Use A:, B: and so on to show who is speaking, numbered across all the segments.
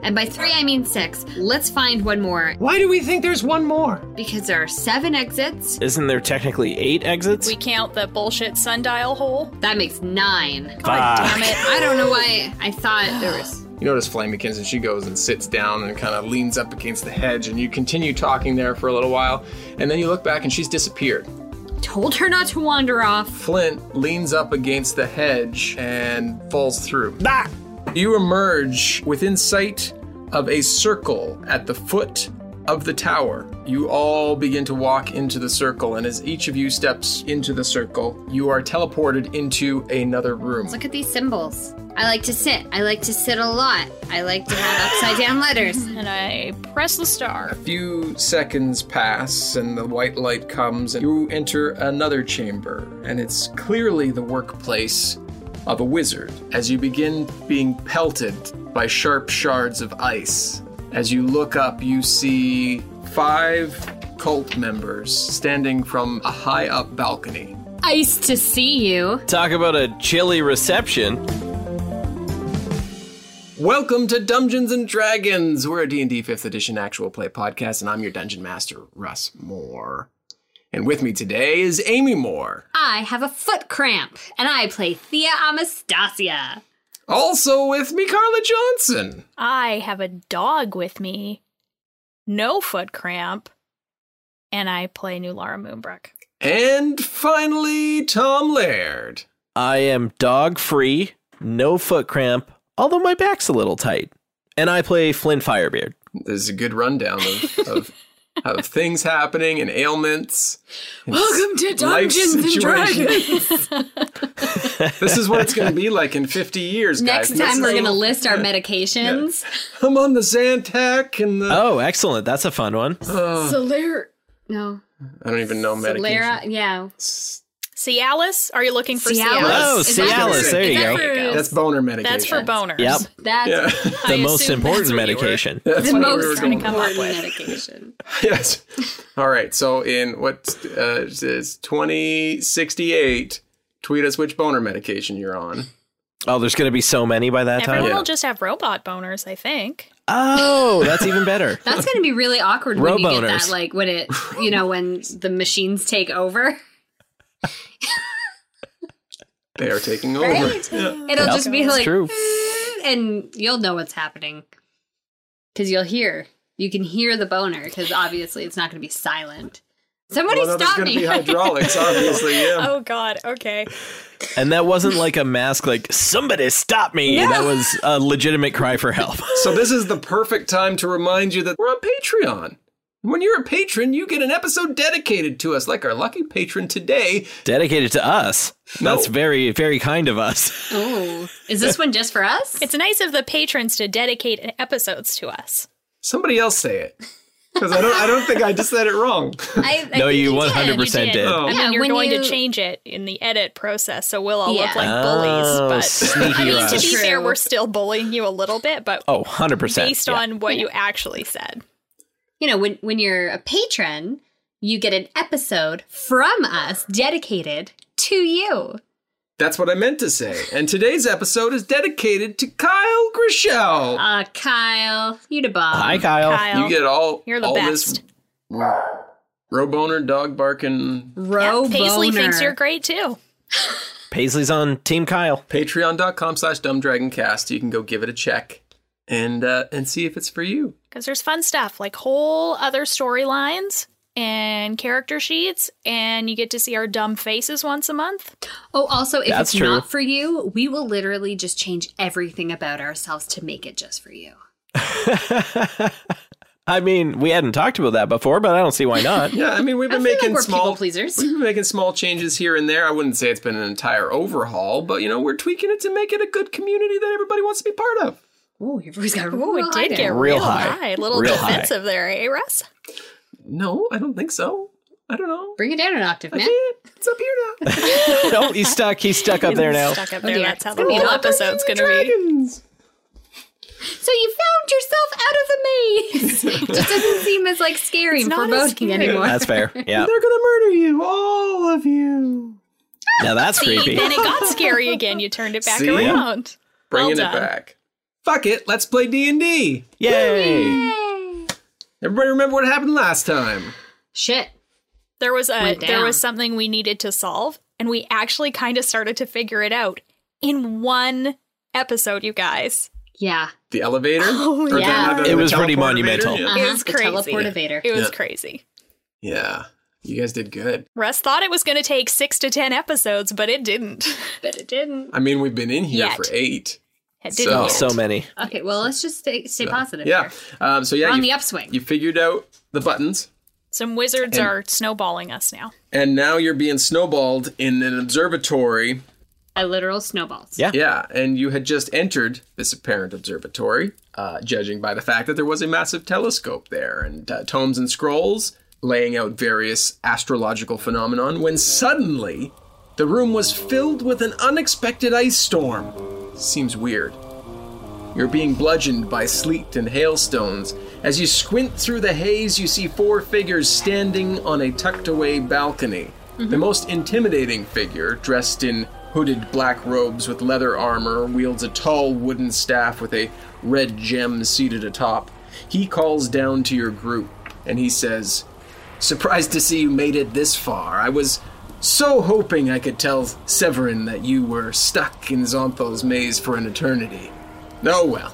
A: And by three, I mean six. Let's find one more
B: Why do we think there's one more?
A: because there are seven exits.
C: Isn't there technically eight exits?
D: We count the bullshit sundial hole.
A: That makes nine.
C: Fuck.
D: Damn it.
A: I don't know why I thought there was.
B: You notice Flame McKinson, she goes and sits down and kind of leans up against the hedge, and you continue talking there for a little while, and then you look back and she's disappeared.
A: Told her not to wander off.
B: Flint leans up against the hedge and falls through. Ah! You emerge within sight of a circle at the foot of the tower. You all begin to walk into the circle, and as each of you steps into the circle, you are teleported into another room.
A: Look at these symbols. I like to sit. I like to sit a lot. I like to have upside down letters.
D: And I press the star.
B: few seconds pass and the white light comes and you enter another chamber and it's clearly the workplace of a wizard as you begin being pelted by sharp shards of ice as you look up you see five cult members standing from a high up balcony
A: Ice to see you.
C: Talk about a chilly reception.
B: Welcome to Dungeons and Dragons. We're a D&D 5th edition actual play podcast and I'm your dungeon master Russ Moore. And with me today is Amy Moore.
A: I have a foot cramp, and I play Thea Amastasia.
B: Also with me, Carla Johnson.
D: I have a dog with me, no foot cramp, and I play new Lara Moonbrook.
B: And finally, Tom Laird.
C: I am dog free, no foot cramp, although my back's a little tight. And I play Flynn Firebeard.
B: This is a good rundown of, of, of things happening and ailments. and
A: Welcome to
B: life
A: Dungeons and
B: situations. this is what it's going to be like in 50 years,
A: Next
B: guys. This
A: time
B: is-
A: we're gonna list our medications.
B: I'm on the Zantac and the.
C: Oh, excellent. That's a fun one.
A: Solera. No.
B: I don't even know medication.
A: Solera. Yeah.
D: Cialis? Are you looking for Cialis?
C: Oh,
A: Is that
C: Cialis,
A: for-
C: there
A: is
C: you
A: that
C: go.
A: for-
B: That's boner medication.
D: That's for boners.
C: Yep.
A: That's
B: Yeah.
C: The
D: I
C: most
D: assume
C: important
D: that's where you were.
C: medication.
A: the
B: That's what we were
A: most
B: going
A: important
D: up with.
A: medication.
B: yes. All right. So in what uh, is 2068, tweet us which boner medication you're on.
C: Oh, there's going to be so many by that
D: Everyone
C: time.
B: Yeah.
D: will just have robot boners, I think.
C: Oh, that's even better.
A: That's gonna be really awkward when you get that,
C: Roboners.
A: like when it, you know, when the machines take over.
B: They are taking over. Yeah.
A: It'll
C: Yep.
A: just be like, "Mm,"
C: True.
A: and you'll know what's happening because you'll hear. You can hear the boner because obviously it's not gonna be silent. Somebody
B: Well, no, there's
A: stop
B: going to
A: me!
B: be hydraulics, obviously. Yeah.
D: Oh, God. Okay.
C: And that wasn't like a mask, like, somebody stop me. That was a legitimate cry for help.
B: So this is the perfect time to remind you that we're on Patreon. When you're a patron, you get an episode dedicated to us, like our lucky patron today.
C: Dedicated to us.
B: No.
C: That's very, very kind of us.
A: oh, is this one just for us?
D: It's nice of the patrons to dedicate episodes to us.
B: Somebody else say it, because I don't. I don't think I just said it wrong.
A: I, I
C: no,
A: think
C: you
A: did.
C: 100% did.
D: did.
B: Oh.
D: I mean,
A: Yeah,
D: you're
A: when
D: going
A: you-
D: to change it in the edit process, so we'll all
A: Yeah.
D: look like
C: Oh,
D: bullies. But
C: sneaky
D: I mean, to
A: Russ.
D: be fair,
A: True.
D: we're still bullying you a little bit, but
C: Oh, 100%.
D: based
C: yeah.
D: on what you actually said.
A: you know when when you're a patron you get an episode from us dedicated to you
B: That's what I meant to say. And today's episode is dedicated to Kyle Grishel.
A: uh kyle you da bomb
C: Hi, Kyle.
D: um, Kyle,
B: You get all.
D: you're the
B: all
D: best.
B: This roboner, dog barking.
A: Row
D: Yeah, Paisley
A: boner.
D: thinks you're great too.
C: Paisley's on Team Kyle.
B: Patreon.com slash dumbdragoncast. You can go give it a check and uh, and see if it's for you.
D: Because there's fun stuff like whole other storylines and character sheets, and you get to see our dumb faces once a month.
A: oh also if
C: That's
A: it's
C: true.
A: not for you we will literally just change everything about ourselves to make it just for you
C: I mean, we hadn't talked about that before, but I don't see why not.
B: Yeah, I mean we've been
A: I feel like
B: making
A: we're
B: small
A: people pleasers.
B: We've been making small changes here and there. I wouldn't say it's been an entire overhaul, but you know we're tweaking it to make it a good community that everybody wants to be part of.
A: Ooh, your voice got
D: Ooh, it did get
C: Real
D: real
C: high.
D: high. A little
C: Real high.
D: defensive there, eh, Russ?
B: No, I don't think so. I don't know.
A: Bring it down an octave,
B: I
A: man.
B: can't. It's up here now.
C: oh, he's stuck. He's stuck up there now.
D: Stuck up
A: Oh,
D: there.
A: dear.
D: That's how
A: It's
D: the
A: gonna be
D: whole
A: an
D: episode's going to be.
B: Dragons.
A: So you found yourself out of the maze. it just doesn't seem as like scary and
D: It's not as
A: foreboding
D: scary.
A: anymore.
C: That's fair. Yeah.
B: They're gonna murder you, all of you.
C: Now that's
D: See,
C: creepy.
D: then it got scary again. You turned it back
B: See?
D: around.
B: Bringing
D: Well
B: it
D: done.
B: back. Fuck it. Let's play D and D.
C: Yay!
B: Everybody remember what happened last time?
A: Shit.
D: There was a
A: Went
D: there
A: down.
D: was something we needed to solve, and we actually kind of started to figure it out in one episode, you guys.
A: Yeah.
B: The elevator.
D: Oh,
B: Or the-
A: yeah.
B: not the-
C: It
B: the
C: was pretty
B: teleport
C: monumental.
B: elevator?
A: Uh-huh,
D: was
A: the
D: crazy.
A: teleportivator.
D: It was
B: Yeah.
D: crazy.
B: Yeah. yeah. You guys did good.
D: Russ thought it was going to take six to ten episodes, but it didn't.
A: But it didn't.
B: I mean, we've been in here
D: Yet.
B: for eight.
D: It
B: So-
D: didn't
C: Oh,
D: yet.
C: so many.
A: Okay, well, let's just stay, stay positive.
B: Yeah.
A: here.
B: Um, so
A: We're
B: yeah,
A: on
B: you,
A: the upswing.
B: you figured out the buttons,
D: Some wizards are snowballing us now.
B: and now you're being snowballed in an observatory.
A: A literal snowballs.
C: Yeah.
B: Yeah, and you had just entered this apparent observatory, uh, judging by the fact that there was a massive telescope there and uh, tomes and scrolls laying out various astrological phenomenon. When suddenly, the room was filled with an unexpected ice storm. Seems weird. You're being bludgeoned by sleet and hailstones. As you squint through the haze, you see four figures standing on a tucked away balcony. The most intimidating figure, dressed in hooded black robes with leather armor, wields a tall wooden staff with a red gem seated atop. He calls down to your group and he says, Surprised to see you made it this far. I was so hoping I could tell Severin that you were stuck in Zonthal's maze for an eternity. Oh well,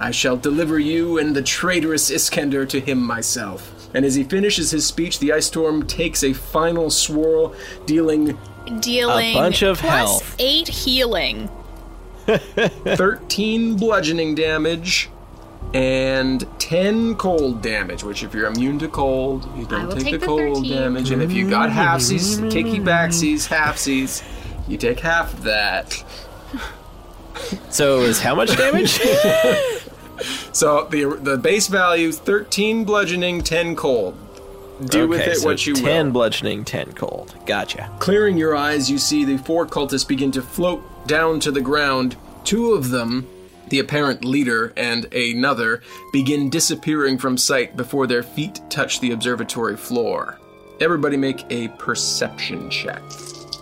B: I shall deliver you and the traitorous Iskender to him myself. And as he finishes his speech, the ice storm takes a final swirl, dealing
D: Dealing
C: bunch of
D: plus
C: health.
D: eight healing.
B: 13 bludgeoning damage and 10 cold damage, which if you're immune to cold, you
A: I
B: don't
A: will
B: take,
A: take
B: the
A: the
B: cold
A: 13.
B: damage. And if you got halfsies, takey backsies, halfsies, you take half of that.
C: So it was how much damage?
B: So the the base value 13 bludgeoning, 10 cold. Do with
C: Okay,
B: it
C: so
B: what you will.
C: Ten bludgeoning, ten cold. Gotcha.
B: Clearing your eyes, you see the four cultists begin to float down to the ground. Two of them, the apparent leader and another, begin disappearing from sight before their feet touch the observatory floor. Everybody make a perception check.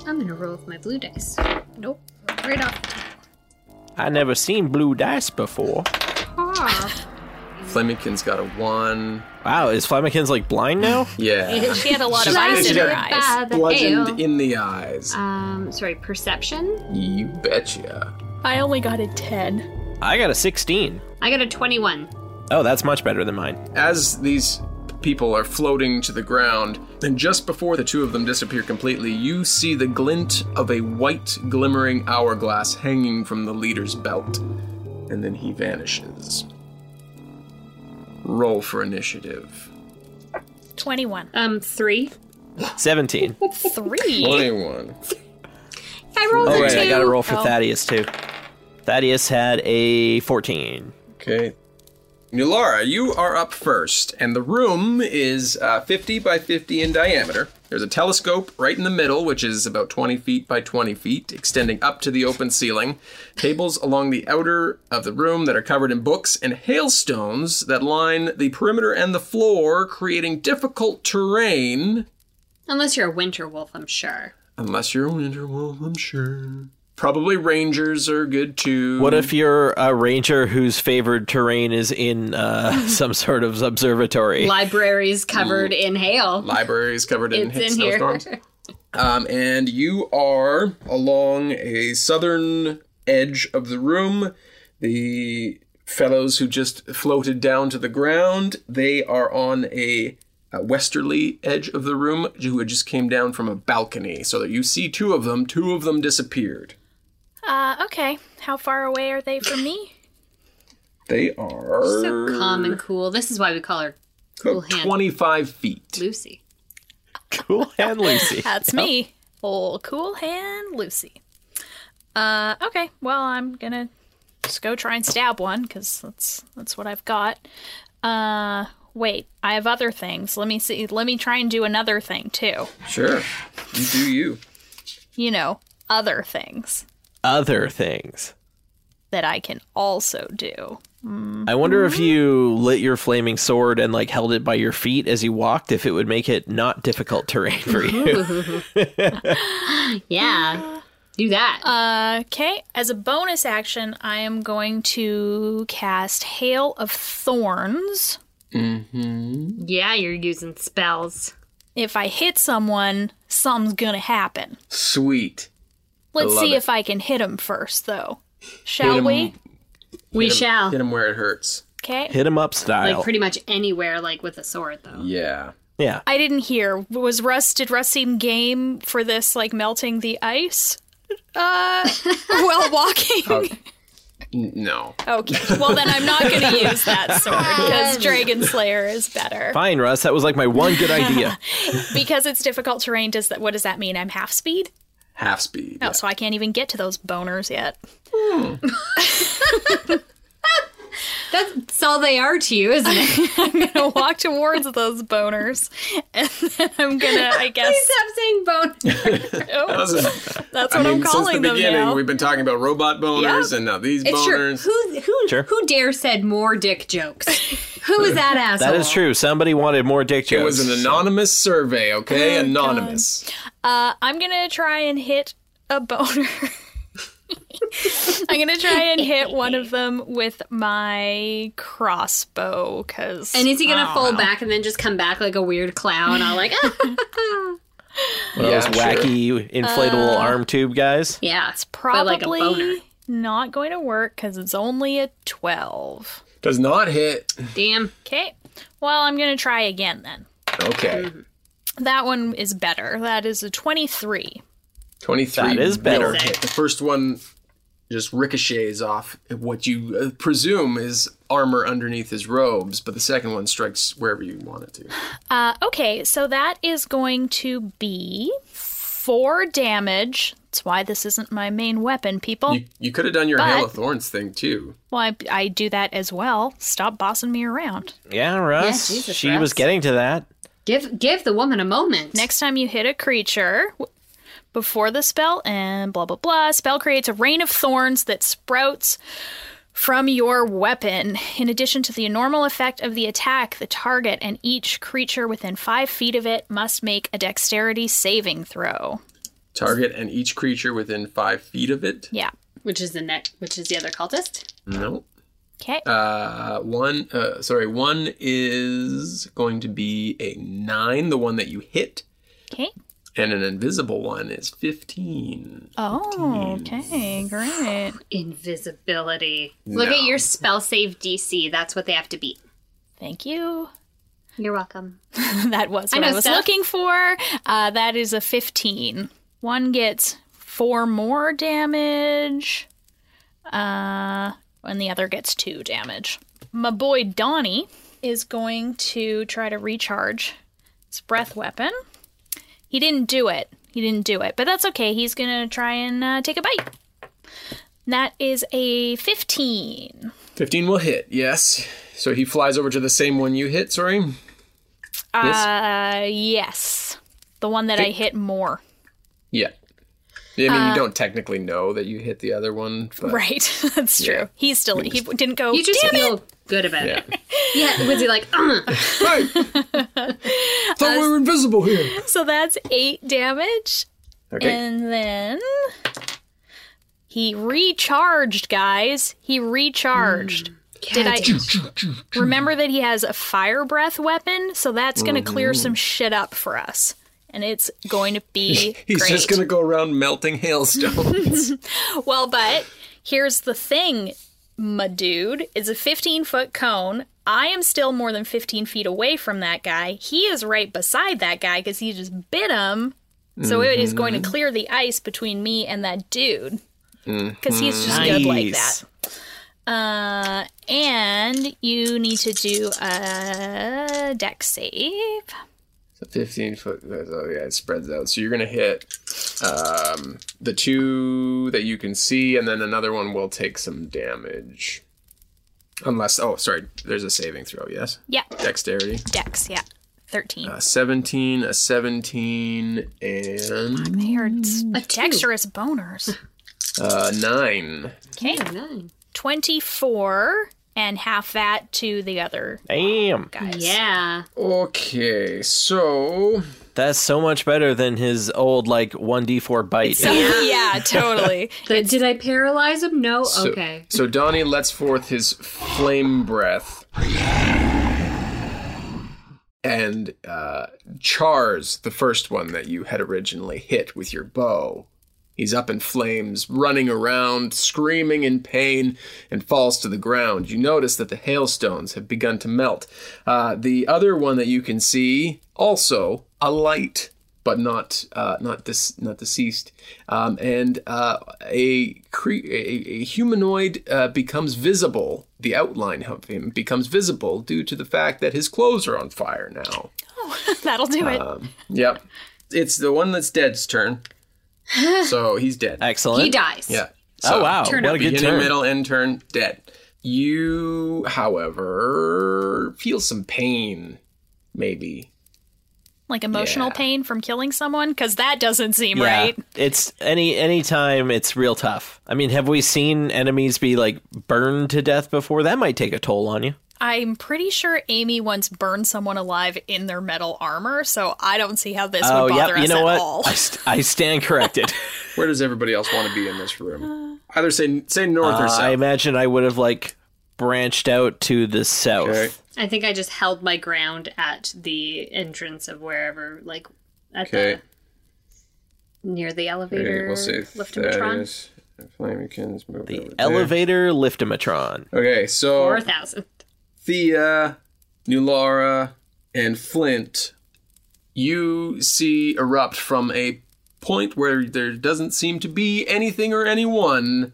A: I'm going to roll with my blue dice.
D: Nope.
A: Right off the top.
C: I never seen blue dice before.
B: Flemington's got a one.
C: Wow, is Flamikins like blind now?
B: Yeah.
D: She had a lot of ice in her eyes.
B: Bludgeoned in the eyes.
A: Um, sorry, perception.
B: You betcha.
D: I only got a ten.
C: I got a sixteen.
A: I got a 21.
C: Oh, that's much better than mine.
B: as these people are floating to the ground, and just before the two of them disappear completely, you see the glint of a white glimmering hourglass hanging from the leader's belt, and then he vanishes. Roll for initiative.
D: Twenty-one.
A: Um, three.
C: Seventeen. Oh
D: Three.
B: 21.
A: I rolled a
C: wait,
A: two.
C: I got to roll for
D: Oh.
C: Thaddeus too. Thaddeus had a fourteen.
B: Okay. Nulara, you are up first, and the room is uh, 50 by 50 in diameter. There's a telescope right in the middle, which is about 20 feet by 20 feet, extending up to the open ceiling. Tables along the outer of the room that are covered in books and hailstones that line the perimeter and the floor, creating difficult terrain.
A: Unless you're a winter wolf, I'm sure.
B: Unless you're a winter wolf, I'm sure. Probably rangers are good too.
C: What if you're a ranger whose favored terrain is in uh, some sort of observatory?
A: Libraries covered in hail.
B: libraries covered in
A: it's in here.
B: snowstorms? Um, and you are along a southern edge of the room. The fellows who just floated down to the ground, they are on a, a westerly edge of the room who just came down from a balcony. So that you see two of them, two of them disappeared.
D: Uh, okay. How far away are they from me?
B: They are
A: So calm and cool. This is why we call her cool hand.
B: 25 feet.
A: Lucy.
C: cool and Lucy.
D: That's me. Old cool hand Lucy. Uh, okay. Well, I'm gonna just go try and stab one because that's that's what I've got. Uh, wait, I have other things. Let me see. Let me try and do another thing too.
B: Sure. You do you.
D: You know, other things
C: Other things.
D: that I can also do.
C: I wonder if you
A: Mm-hmm.
C: lit your flaming sword and like held it by your feet as you walked, if it would make it not difficult terrain for you.
A: Yeah. Do that.
D: Uh, Okay, as a bonus action, I am going to cast Hail of Thorns.
A: yeah, you're using spells.
D: If I hit someone, something's gonna happen.
B: Sweet.
D: Let's
B: love
D: see
B: it.
D: if I can hit him first, though. Shall
B: Hit 'em-
D: we?
A: We
B: hit 'em-
A: shall.
B: Hit him where it hurts.
D: Okay.
C: Hit him up style.
A: Like pretty much anywhere, like with a sword, though.
B: Yeah.
C: yeah.
D: I didn't hear. Was Russ did Russ seem game for this like melting the ice? Uh while walking.
B: N- No.
D: okay. Well then I'm not gonna use that sword because Dragon Slayer is better.
C: Fine, Russ. That was like my one good idea.
D: Because it's difficult terrain, does that what does that mean? I'm half speed?
B: Half speed.
D: Oh, so I can't even get to those boners yet.
A: That's all they are to you, isn't it?
D: gonna walk towards those boners. And then I'm gonna I guess
A: Stop saying bone.
B: That was a-
D: that's
B: I
D: what I am
B: mean, since
D: calling
B: the
D: them
B: beginning,
D: now.
B: we've been talking about robot boners
A: Yeah.
B: and now these
A: It's true.
B: boners.
A: Who who
C: Sure.
A: who dare said more dick jokes? Who is that asshole?
C: That is true. Somebody wanted more dick jokes.
B: It was an anonymous survey, okay?
D: Oh,
B: anonymous.
D: Uh, I'm gonna try and hit a boner. I'm gonna try and hit one of them with my crossbow, cause
A: And is he gonna fold back and then just come back like a weird clown? All like, "Ah,
C: One of those
B: Yeah, sure.
C: wacky
A: Uh,
C: inflatable arm tube guys.
A: yeah, it's
D: probably
A: like a boner.
D: not going to work because it's only a twelve.
B: Does not hit.
A: Damn.
D: Okay, well I'm gonna try again then.
B: Okay.
D: Mm-hmm. That one is better. That is a twenty-three.
B: 23.
C: That is
B: will
C: better.
B: hit. The first one just ricochets off what you uh, presume is armor underneath his robes, but the second one strikes wherever you want it to.
D: Uh, okay, so that is going to be four damage. That's why this isn't my main weapon, people.
B: You, you could have done your
D: But-
B: Hail of Thorns thing too.
D: Well, I, I do that as well. Stop bossing me around.
C: Yeah, Russ.
A: Yeah, Jesus,
C: she
A: Russ.
C: was getting to that.
A: Give give the woman a moment.
D: Next time you hit a creature w- before the spell and blah, blah, blah, spell creates a rain of thorns that sprouts from your weapon. In addition to the normal effect of the attack, the target and each creature within five feet of it must make a dexterity saving throw.
B: Target and each creature within five feet of it.
D: Yeah.
A: which is the next, which is the other cultist.
B: No.
D: Okay.
B: Uh, one, uh, sorry, one is going to be a nine, the one that you hit,
D: Okay.
B: and an invisible one is 15.
D: Oh, okay. Great.
A: Invisibility. Look at your spell save DC. That's what they have to beat.
D: Thank you.
A: You're welcome.
D: that was
A: I
D: what I,
A: know
D: was
A: stuff.
D: looking for. Uh, that is a 15. One gets four more damage, uh, and the other gets two damage. My boy Donnie is going to try to recharge his breath weapon. He didn't do it. He didn't do it, but that's okay. He's going to try and uh, take a bite. That is a 15.
B: 15 will hit, yes. So he flies over to the same one you hit, sorry.
D: Uh, yes. The one that I hit more.
B: Yeah. I mean, you don't technically know that you hit the other one, but
D: Right, that's true. He's still he didn't go.
A: You just
D: "Damn it!"
A: feel good about
B: yeah.
A: it. Yeah, was he like, "Uh,
B: hey! Thought we were invisible here.
D: So that's eight damage,
B: Okay.
D: and then he recharged, guys. He
B: Hmm.
D: recharged. Did I remember that he has a fire breath weapon? So that's going to clear
B: Mm-hmm.
D: some shit up for us, and it's going to be
B: He's
D: great.
B: just going to go around melting hailstones.
D: Well, but here's the thing, my dude, is a 15 foot cone. I am still more than 15 feet away from that guy. He is right beside that guy because he just bit him. So it is going to clear the ice between me and that dude because he's just good like that.
C: Mm-hmm. Nice.
D: Uh, and you need to do a deck save.
B: So 15 foot. Oh, yeah, it spreads out. So you're going to hit um, the two that you can see, and then another one will take some damage. Unless, oh, sorry, there's a saving throw, yes?
D: Yeah.
B: Dexterity.
D: Dex, yeah. 13.
B: A 17, a 17, and
D: they are s-
A: A
D: dexterous boners.
B: uh, 9.
D: Okay.
A: two. Nine.
D: 24 and half that to the other
C: Damn.
D: guys.
A: Yeah.
B: Okay, so
C: That's so much better than his old like 1d4 bite.
D: yeah, totally.
A: But did I paralyze him? No.
B: So,
A: okay.
B: So Donnie lets forth his flame breath and uh, chars the first one that you had originally hit with your bow. He's up in flames, running around, screaming in pain, and falls to the ground. You notice that the hailstones have begun to melt. Uh, the other one that you can see also alight, but not uh, not dis- not deceased. Um, and uh, a, cre- a a humanoid uh, becomes visible. The outline of him becomes visible due to the fact that his clothes are on fire now.
D: That'll do it.
C: Um,
B: Yep, it's the one that's dead's turn. so he's dead.
C: Excellent.
A: He dies.
B: Yeah.
C: oh wow,
A: Turn
C: what
A: up.
C: a good
B: beginning,
C: turn.
B: middle, end turn, dead. You, however, feel some pain, maybe.
D: like emotional
B: Yeah.
D: pain from killing someone cuz that doesn't seem
C: Yeah.
D: right.
C: It's any any time it's real tough. I mean, have we seen enemies be like burned to death before? That might take a toll on you.
D: I'm pretty sure Amy once burned someone alive in their metal armor, so I don't see how this
C: oh
D: would bother
C: yep, you
D: us
C: know
D: at
C: what?
D: all.
C: I, st- I stand corrected.
B: Where does everybody else want to be in this room?
A: Uh,
B: Either say say north
C: Uh,
B: or
C: I
B: south.
C: imagine I would have like branched out to the south.
B: Okay.
A: I think I just held my ground at the entrance of wherever, like at
B: Okay.
A: the near the elevator.
B: Okay, we'll see. if That
A: liftomatron.
B: is Flamekins move over there.
C: Elevator liftimatron.
B: Okay, so
A: Four thousand.
B: Thea, Nulara, and Flint, you see erupt from a point where there doesn't seem to be anything or anyone.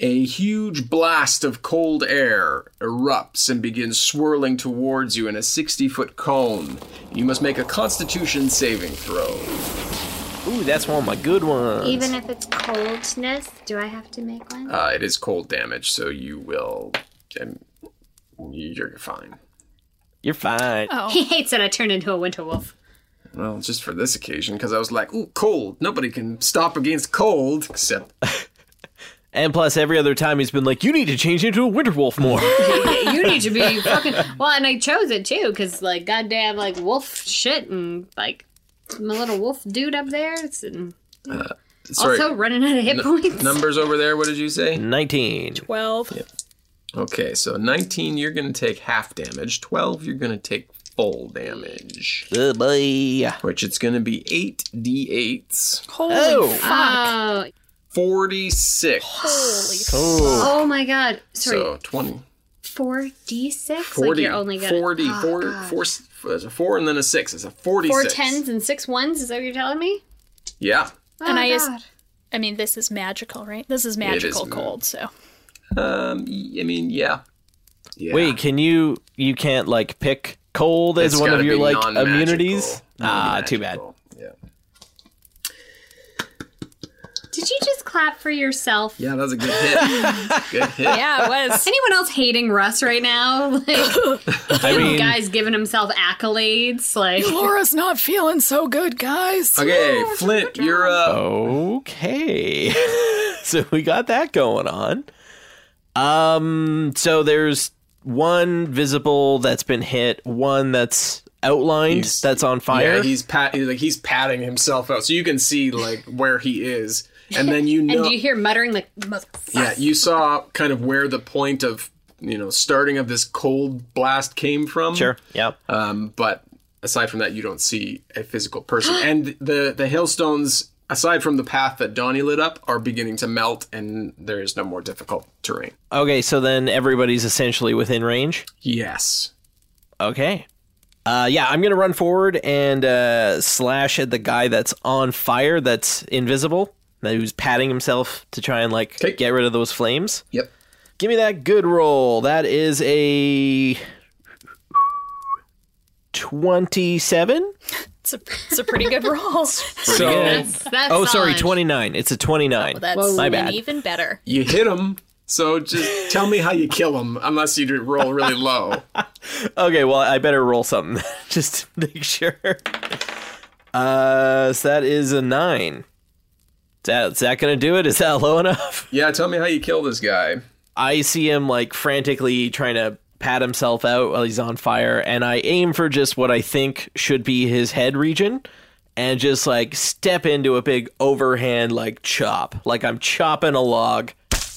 B: A huge blast of cold air erupts and begins swirling towards you in a 60 foot cone. You must make a constitution saving throw.
C: Ooh, that's one of my good ones.
E: Even if it's coldness, do I have to make one?
B: Uh, it is cold damage, so you will. um, You're fine.
C: You're fine.
A: He hates that I turned into a winter wolf.
B: Well, just for this occasion, because I was like, ooh, cold. Nobody can stop against cold, except
C: And plus, every other time he's been like, "You need to change into a winter wolf more."
A: you need to be fucking well, and I chose it too because like goddamn like wolf shit and like my little wolf dude up there. It's and
B: sorry.
A: also running out of hit points.
B: numbers over there, what did you say?
C: Nineteen.
D: 12.
A: Mm-hmm.
B: Okay, so 19, you're going to take half damage. 12, you're going to take full damage,
C: Oh, boy.
B: which it's going to be 8d8s.
D: Holy
C: Oh.
D: fuck.
A: Oh,
B: 46.
C: Oh.
A: oh my god! Sorry,
B: So 20.
E: Four d six.
B: 40.
A: you're only gonna- Ah,
B: 40, four- four- there's a 4 and then a 6. It's a 46.
A: four tens and six ones. Is that what you're telling me?
B: Yeah.
D: and I just I mean this is magical, right? This is
B: it is
D: magical
B: ma-
D: cold, so.
B: Um, y- I mean, yeah. yeah.
C: Wait, can you? You can't like pick cold as
B: It's
C: one of
B: gotta
C: your
B: be
C: like
B: non-magical.
C: immunities. Ah, too bad.
B: Non-magical. Yeah.
A: Did you just clap for yourself?
B: Yeah, that was a good hit. good hit.
D: Yeah, it was.
A: Anyone else hating Russ right now? Like,
C: I mean,
A: guys giving himself accolades. Like,
D: Laura's not feeling so good, guys.
B: Okay, Flint, you're
C: Oh,
B: up.
C: okay. so we got that going on. Um. So there's one visible that's been hit, one that's outlined
B: He's-
C: that's on fire.
B: Yeah, he's pat. He's like he's patting himself out, so you can see like where he is, and then you know.
A: and do you hear muttering like, "Motherfucker"?
B: yeah, you saw kind of where the point of you know starting of this cold blast came from.
C: sure. Yeah.
B: Um, but aside from that, you don't see a physical person, and the the hailstones. Aside from the path that Donnie lit up, are beginning to melt, and there is no more difficult terrain.
C: Okay. So then everybody's essentially within range.
B: Yes.
C: Okay. Uh, yeah, I'm gonna run forward and uh, slash at the guy that's on fire, that's invisible, that who's patting himself to try and like
B: 'Kay.
C: get rid of those flames.
B: Yep.
C: Give me that good roll. That is a twenty-seven.
D: It's It's a, it's a pretty good roll.
B: so
A: That's, that's
C: oh, sorry,
A: solid.
C: 29. It's a 29.
D: Oh, That's
C: My
D: an
C: bad.
D: even better.
B: you hit him. So just tell me how you kill him, unless you roll really low.
C: Okay, well, I better roll something just to make sure. Uh, so that is a 9. Is that, is that going to do it? Is that low enough?
B: Yeah, tell me how you kill this guy.
C: I see him like frantically trying to pat himself out while he's on fire, and I aim for just what I think should be his head region and just like step into a big overhand like chop. Like I'm chopping a log,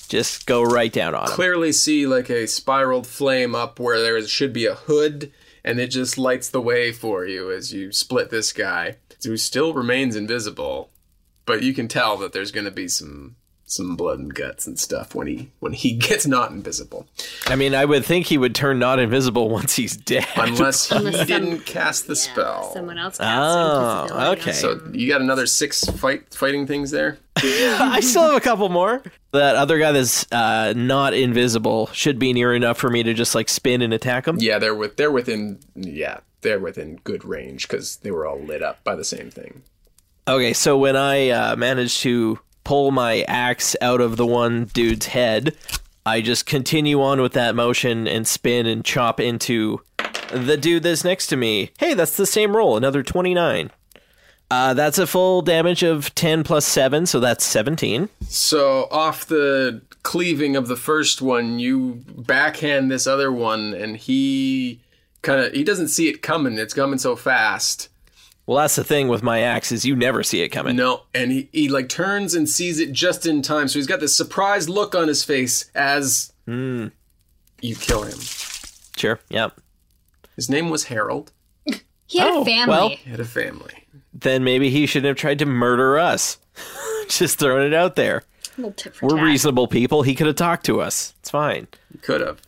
C: just go right down on him.
B: Clearly see like a spiraled flame up where there is- should be a hood, and it just lights the way for you as you split this guy, who still remains invisible, but you can tell that there's going to be some some blood and guts and stuff when he when he gets not invisible,
C: I mean, I would think he would turn not invisible once he's dead.
B: unless he
A: Unless some-
B: didn't cast the spell.
A: Someone else.
C: Oh,
A: Cast invisibility on
C: okay.
A: him.
B: So you got another six fight fighting things there.
C: I still have a couple more. That other guy that's uh, not invisible should be near enough for me to just like spin and attack him.
B: Yeah, they're with they're within yeah they're within good range because they were all lit up by the same thing.
C: Okay, so when I uh, manage to pull my axe out of the one dude's head, I just continue on with that motion and spin and chop into the dude that's next to me. Hey, that's the same roll, another 29. Uh, that's a full damage of 10 plus 7, so that's 17.
B: So off the cleaving of the first one, you backhand this other one, and he kind of he doesn't see it coming. It's coming so fast.
C: Well, that's the thing with my axe is you never see it coming.
B: No, and he, he like turns and sees it just in time. So he's got this surprised look on his face as
C: Hmm.
B: you kill him.
C: Sure, yep.
B: His name was Harold.
A: He had
C: Oh,
A: a family.
C: well.
B: He had a family.
C: then maybe he shouldn't have tried to murder us. Just throwing it out there.
A: Little tit for
C: We're
A: tat.
C: reasonable people. He could have talked to us. It's fine.
B: He could have.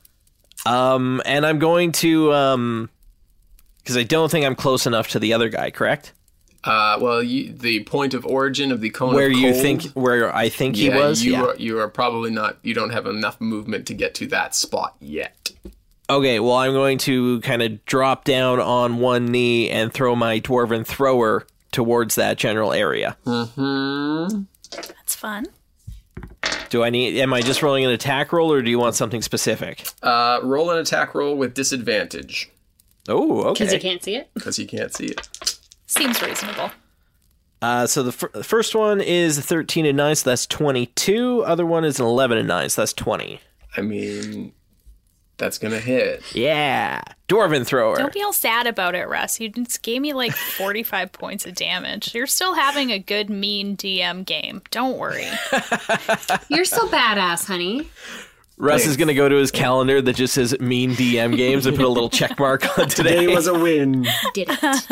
C: Um, and I'm going to um, because I don't think I'm close enough to the other guy. Correct?
B: Uh, well, you, the point of origin of the cone
C: where
B: of
C: you
B: cold-
C: think where I think
B: Oh, yeah,
C: he was?
B: You
C: yeah.
B: Are, you are probably not. You don't have enough movement to get to that spot yet.
C: Okay. Well, I'm going to kind of drop down on one knee and throw my dwarven thrower towards that general area.
D: That's fun.
C: Do I need? Am I just rolling an attack roll, or do you want something specific?
B: Uh, roll an attack roll with disadvantage
C: Oh, okay.
A: Because you can't see it.
B: because he can't see it.
D: Seems reasonable.
C: Uh, so the, fir- the first one is a 13 and 9, so that's 22. Other one is an 11 and 9, so that's 20.
B: I mean, that's gonna hit.
C: Yeah. Dwarven thrower.
D: Don't be all sad about it, Russ. You just gave me like 45 points of damage. You're still having a good mean DM game. Don't worry.
A: You're so badass, honey.
C: Russ is going to go to his calendar that just says mean DM games and put a little check mark on today.
B: a win.
A: Did it.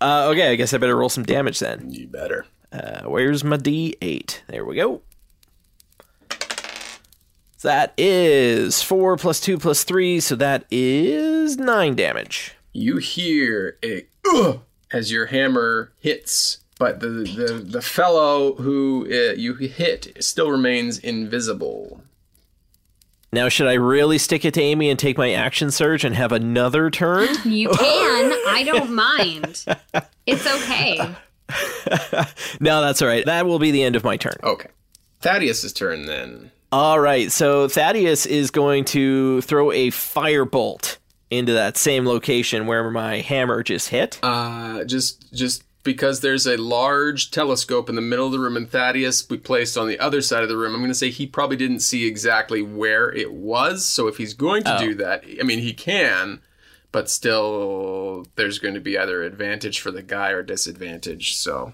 C: uh, okay, I guess I better roll some damage then.
B: You better.
C: Uh, where's my D8? There we go. So That is 4 plus 2 plus 3, so that is 9 damage.
B: You hear a "Ugh!" as your hammer hits, but the the, the fellow who uh, you hit still remains invisible.
C: Now, should I really stick it to Amy and take my action surge and have another turn?
A: You can. I don't mind. It's okay.
C: No, that's all right. That will be the end of my turn.
B: Okay, Thaddeus's turn then.
C: All right. So Thaddeus is going to throw a firebolt into that same location where my hammer just hit.
B: Uh, just just because there's a large telescope in the middle of the room and Thaddeus we placed on the other side of the room. I'm going to say he probably didn't see exactly where it was. So if he's going to do that, I mean he can, but still there's going to be either advantage for the guy or disadvantage. So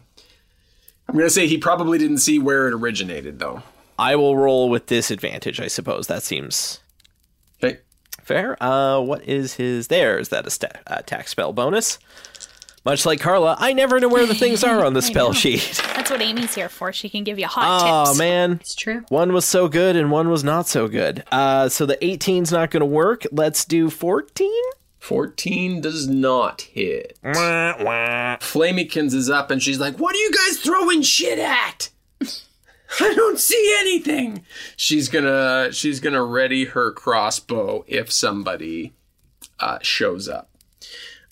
B: I'm going to say he probably didn't see where it originated though.
C: I will roll with disadvantage, I suppose. That seems
B: Okay.
C: fair. Uh, what is his? There is that a sta- attack spell bonus. Much like Carla, I never know where the things are on the spell sheet.
D: That's what Amy's here for. She can give you hot
C: oh
D: tips.
C: man,
A: It's true.
C: One was so good and one was not so good. Uh, so the 18's not going to work. Let's do 14.
B: 14 does not hit. Flamykins is up and she's like, What are you guys throwing shit at? I don't see anything. She's gonna she's gonna ready her crossbow if somebody uh, shows up.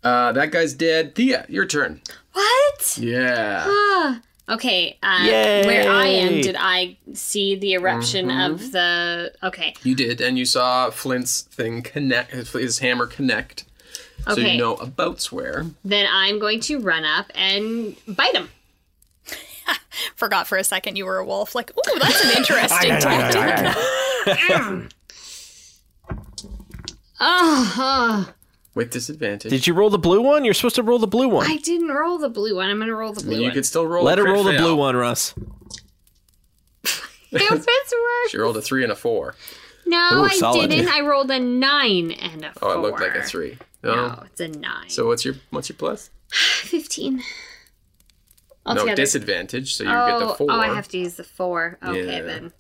B: Uh, that guy's dead. Thea, your turn.
A: What?
B: Yeah.
A: Ah. Okay. Uh,
C: Yay.
A: Where I am, did I see the eruption
B: Uh-huh.
A: of the? Okay.
B: You did, and you saw Flint's thing connect, his hammer connect. So
A: Okay.
B: you know about's where.
A: Then I'm going to run up and bite him.
D: Forgot for a second you were a wolf. Like, ooh, that's an interesting tactic.
A: Oh, oh,
B: With disadvantage.
C: Did you roll the blue one? You're supposed to roll the blue one.
A: I didn't roll the blue one. I'm going to roll the blue
B: you
A: one.
B: could still roll
C: Let
B: a
C: her
B: crit
C: roll the
B: fail.
C: blue one, Russ.
A: It was worse.
B: She rolled a three and a four.
A: No,
C: Ooh,
A: I
C: solid.
A: didn't. I rolled a nine and a
B: Oh,
A: four.
B: it looked like a three. No.
A: No, it's a nine.
B: So what's your what's your plus?
E: 15.
A: Altogether.
B: No disadvantage, so you
A: oh,
B: get the four.
A: oh, I have to use the four. Okay,
B: Yeah.
A: then.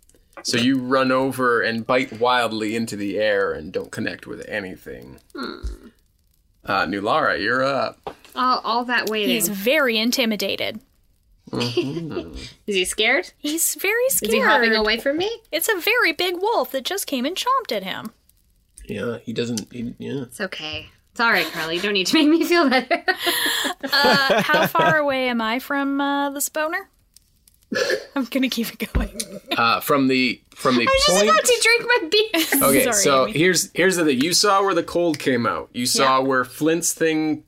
B: So you run over and bite wildly into the air and don't connect with anything.
A: Hmm.
B: Uh, New Lara, you're up.
A: Oh, all that waiting.
D: He's very intimidated.
A: Is he scared?
D: He's very scared.
A: Is he hopping away from me?
D: It's a very big wolf that just came and chomped at him.
B: Yeah, he doesn't. He, yeah.
A: It's okay. It's all right, Carly. You don't need to make me feel better.
D: Uh, how far away am I from uh, the spawner? I'm gonna keep it going.
B: Uh, from the from the
A: I'm just
B: point.
A: about to drink my beer.
B: Okay,
D: Sorry,
B: so
D: Amy.
B: here's here's the thing. You saw where the cold came out. You saw where Flint's thing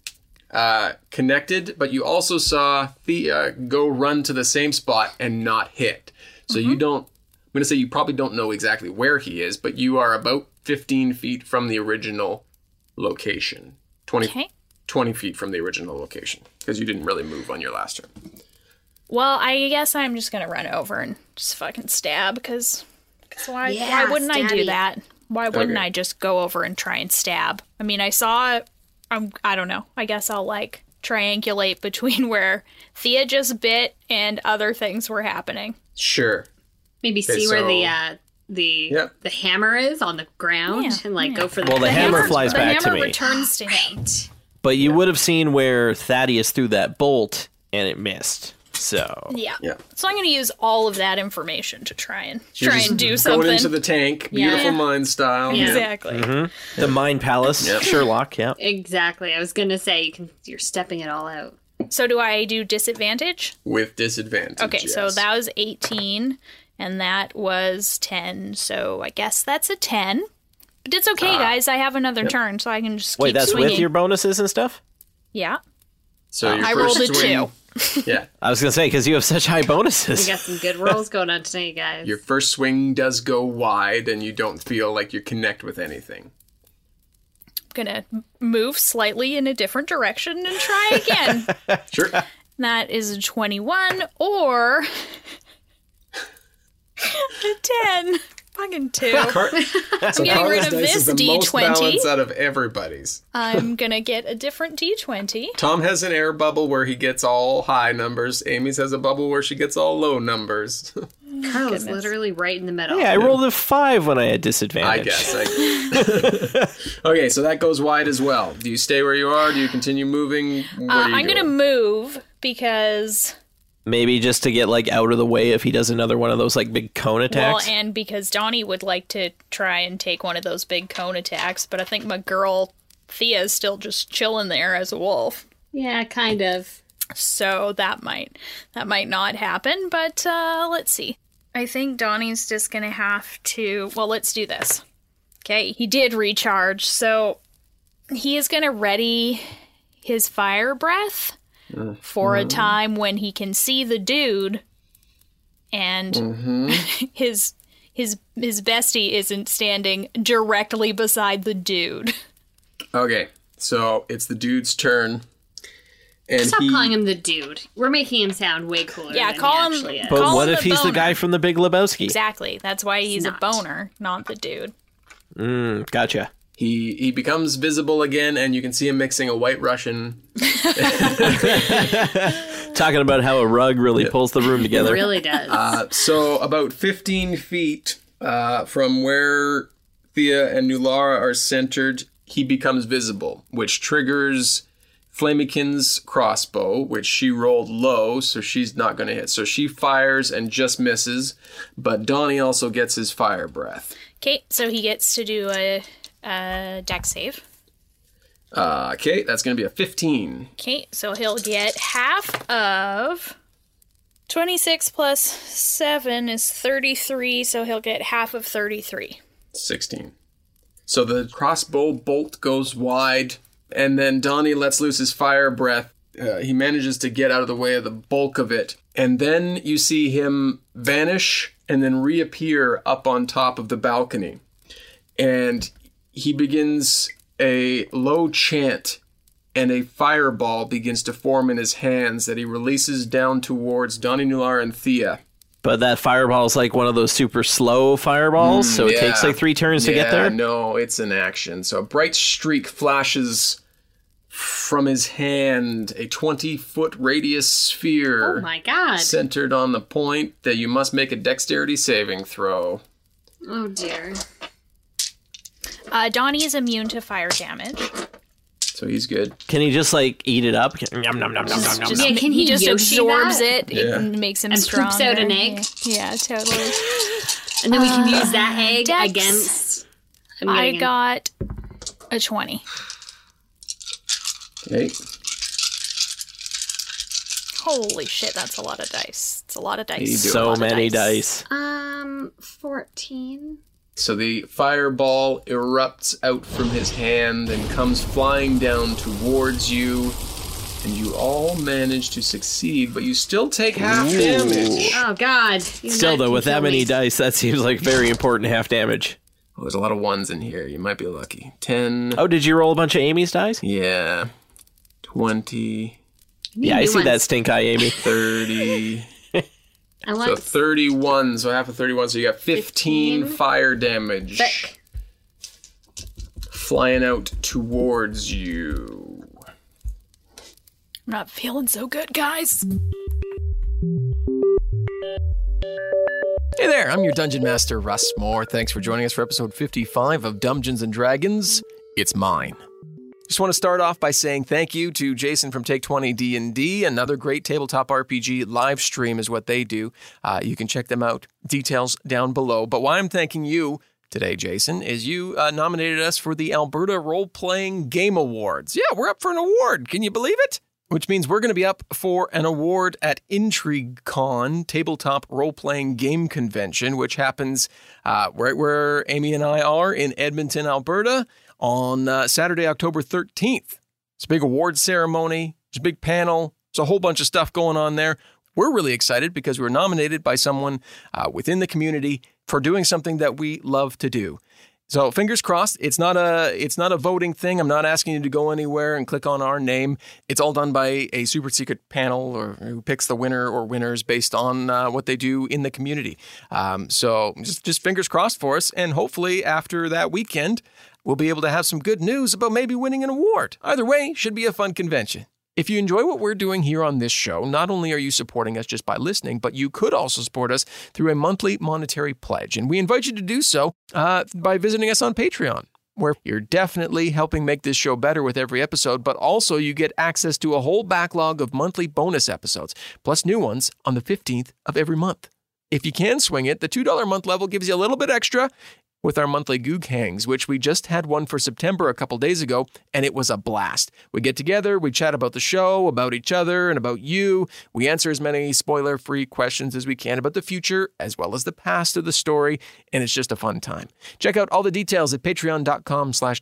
B: uh, connected, but you also saw Thea go run to the same spot and not hit. So
D: Mm-hmm.
B: you don't. I'm gonna say you probably don't know exactly where he is, but you are about 15 feet from the original location. 20,
D: Okay.
B: 20 feet from the original location because you didn't really move on your last turn.
D: Well, I guess I'm just gonna run over and just fucking stab because why
A: Yeah,
D: why wouldn't I do
A: stabby.
D: that? Why wouldn't
B: Okay.
D: I just go over and try and stab? I mean, I saw it. I'm I don't know. I guess I'll like triangulate between where Thea just bit and other things were happening.
B: Sure.
A: Maybe
B: Okay,
A: see where the
B: so-
A: uh, the
B: Yep.
A: the hammer is on the ground
D: Yeah,
A: and like
D: yeah.
A: go for the.
C: Well, the hammer flies
D: the
C: back to
D: hammer
C: me.
D: returns to him.
C: But you would have seen where Thaddeus threw that bolt and it missed. So
D: Yeah.
B: Yeah.
D: So I'm going to use all of that information to try and
B: You're
D: try
B: just
D: and do
B: Going
D: something.
B: into the tank, beautiful mind style. Yeah. Mm-hmm.
D: exactly.
C: the Mind Palace,
B: Yep.
C: Sherlock. Yeah.
A: Exactly. I was gonna say you can. You're stepping it all out.
D: So do I do disadvantage?
B: With disadvantage.
D: Okay, so
B: yes.
D: that was 18 and that was 10. So I guess that's a 10. But it's
B: Ah.
D: okay, guys. I have another turn, so I can just
C: Wait,
D: keep
C: that's
D: swinging.
C: with your bonuses and stuff.
D: Yeah.
B: So your
D: Uh, I
B: first
D: rolled a
B: swing-
D: two.
B: Yeah.
C: I was gonna say because you have such high
A: We
C: bonuses.
A: got some good rolls going on today, you guys.
B: Your first swing does go wide and you don't feel like you connect with anything.
D: I'm going to move slightly in a different direction and try again.
B: Sure.
D: That is a 21 or a 10. Fucking 2.
B: so
D: getting rid
B: Carla's
D: of
B: dice
D: this
B: is the most
D: D20.
B: balance out of everybody's.
D: I'm going to get a different d20.
B: Tom has an air bubble where he gets all high numbers. Amy's has a bubble where she gets all low numbers.
A: Carla's literally right in the middle.
C: yeah, I rolled a five when I had
B: I
C: disadvantage.
B: guess. I... okay, so that goes wide as well. Do you stay where you are? Do you continue moving? What
D: Uh,
B: are you
D: I'm going to
B: doing?
D: move because,
C: Maybe just to get like out of the way if he does another one of those like big cone
D: well,
C: attacks.
D: and because Donnie would like to try and take one of those big cone attacks, but I think my girl Thea is still just chilling there as a wolf.
A: Yeah, kind of.
D: So that might that might not happen, but uh, let's see. I think Donnie's just gonna have to. Well, let's do this. Okay, he did recharge, so he is gonna ready his fire breath for a time when he can see the dude, and his his his bestie isn't standing directly beside the dude.
B: Okay, so it's the dude's turn. And
A: Stop
B: he...
A: calling him the dude. We're making him sound way cooler.
D: Yeah,
A: than
D: call
A: he
D: him-
A: Actually is.
C: but
D: Call
C: what
D: him
C: if
D: the
C: he's the
D: boner.
C: guy from the Big Lebowski?
D: Exactly. That's why he's a
A: not.
D: boner, not the dude.
C: Mm, gotcha.
B: He he becomes visible again, and you can see him mixing a white Russian.
C: Talking about how a rug really pulls the room together.
A: really does.
B: Uh, so about 15 feet uh, from where Thea and Nulara are centered, he becomes visible, which triggers Flamikins' crossbow, which she rolled low, so she's not going to hit. So she fires and just misses, but Donnie also gets his fire breath.
D: Okay, so he gets to do a, a deck save.
B: Uh, okay, that's going to be a 15.
D: Okay, so he'll get half of 26 plus 7 is 33, so he'll get half of 33.
B: 16. So the crossbow bolt goes wide, and then Donnie lets loose his fire breath. Uh, he manages to get out of the way of the bulk of it, and then you see him vanish and then reappear up on top of the balcony. And he begins a low chant, and a fireball begins to form in his hands that he releases down towards Donnie Nular and Thea.
C: But that fireball is like one of those super slow fireballs, so it
B: Hmm, yeah.
C: takes like three turns to get there.
B: No, it's an action. So a bright streak flashes from his hand, a 20 foot radius sphere
A: Oh my god.
B: centered on the point that you must make a dexterity saving throw.
A: Oh dear.
D: Uh, Donnie is immune to fire damage.
B: So he's good.
C: Can he just like eat it up? Yum, yum, yum, yum, yum,
D: Just-
C: yum.
A: Yeah, can he
D: just
A: Yoshi
D: absorbs
A: that?
D: it? It makes him
A: And
D: stronger.
A: poops out an egg?
D: Yeah, totally.
A: And then we can use that egg
D: Dex.
A: against. I'm
D: I
A: getting it.
D: got a 20.
B: Okay.
D: Holy shit, that's a lot of dice. It's a lot of dice.
B: doing?
D: A lot
C: So
D: of
C: many dice.
E: Um, 14.
B: So the fireball erupts out from his hand and comes flying down towards you. And you all manage to succeed, but you still take half damage.
A: Oh god. He's
C: Still
A: not-
C: though,
A: he
C: with that
A: killed
C: many
A: me.
C: dice, that seems like very important half damage.
B: Oh, there's a lot of ones in here. You might be lucky. 10,
C: Oh, did you roll a bunch of Amy's dice?
B: Yeah. 20,
C: Yeah, I
A: new
C: see that
A: ones.
C: stink eye, Amy.
B: 30.
A: I
B: so
A: want
B: 31. So half of 31. So you got 15, fire damage.
A: Thick.
B: Flying out towards you.
D: I'm not feeling so good, guys.
B: Hey there, I'm your Dungeon Master, Russ Moore. Thanks for joining us for episode 55 of Dungeons and Dragons. It's mine. Just want to start off by saying thank you to Jason from Take 20 D&D. Another great tabletop RPG live stream is what they do. Uh, you can check them out. Details down below. But why I'm thanking you today, Jason, is you uh, nominated us for the Alberta Role Playing Game Awards. Yeah, we're up for an award. Can you believe it? Which means we're going to be up for an award at IntrigueCon, Tabletop Role Playing Game Convention, which happens uh, right where Amy and I are in Edmonton, Alberta, on uh, Saturday, October 13th. It's a big award ceremony, it's a big panel, there's a whole bunch of stuff going on there. We're really excited because we were nominated by someone uh, within the community for doing something that we love to do. So fingers crossed. It's not a it's not a voting thing. I'm not asking you to go anywhere and click on our name. It's all done by a super secret panel or who picks the winner or winners based on uh, what they do in the community. Um, so just just fingers crossed for us, and hopefully after that weekend, we'll be able to have some good news about maybe winning an award. Either way, should be a fun convention. If you enjoy what we're doing here on this show, not only are you supporting us just by listening, but you could also support us through a monthly monetary pledge. And we invite you to do so uh, by visiting us on Patreon, where you're definitely helping make this show better with every episode, but also you get access to a whole backlog of monthly bonus episodes, plus new ones on the 15th of every month. If you can swing it, the $2 a month level gives you a little bit extra with our monthly Goog Hangs, which we just had one for September a couple days ago, and it was a blast. We get together, we chat about the show, about each other, and about you. We answer as many spoiler free questions as we can about the future, as well as the past of the story, and it's just a fun time. Check out all the details at patreon.com slash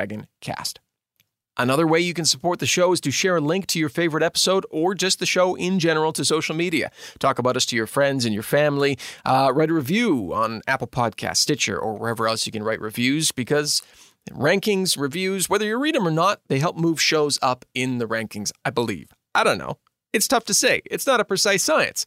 B: dumbdragoncast. Another way you can support the show is to share a link to your favorite episode or just the show in general to social media. Talk about us to your friends and your family. Uh, write a review on Apple Podcasts, Stitcher, or wherever else you can write reviews because rankings, reviews, whether you read them or not, they help move shows up in the rankings, I believe. I don't know. It's tough to say, it's not a precise science.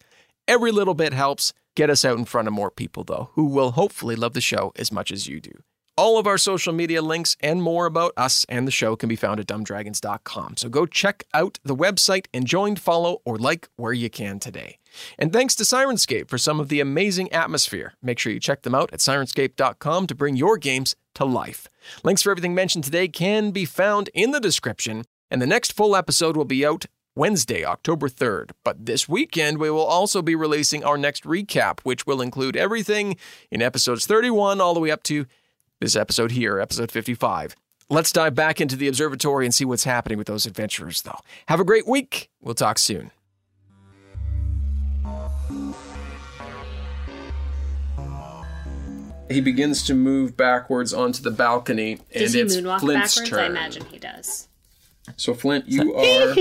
B: Every little bit helps. Get us out in front of more people, though, who will hopefully love the show as much as you do. All of our social media links and more about us and the show can be found at dumbdragons.com. So go check out the website and join, follow, or like where you can today. And thanks to Sirenscape for some of the amazing atmosphere. Make sure you check them out at sirenscape.com to bring your games to life. Links for everything mentioned today can be found in the description, and the next full episode will be out Wednesday, October 3rd. But this weekend, we will also be releasing our next recap, which will include everything in episodes 31 all the way up to this episode here, episode 55. Let's dive back into the observatory and see what's happening with those adventurers, though. Have a great week. We'll talk soon. He begins to move backwards onto the balcony, and
A: Does he
B: it's
A: moonwalk
B: Flint's
A: backwards?
B: turn.
A: I imagine he does.
B: So, Flint, you are.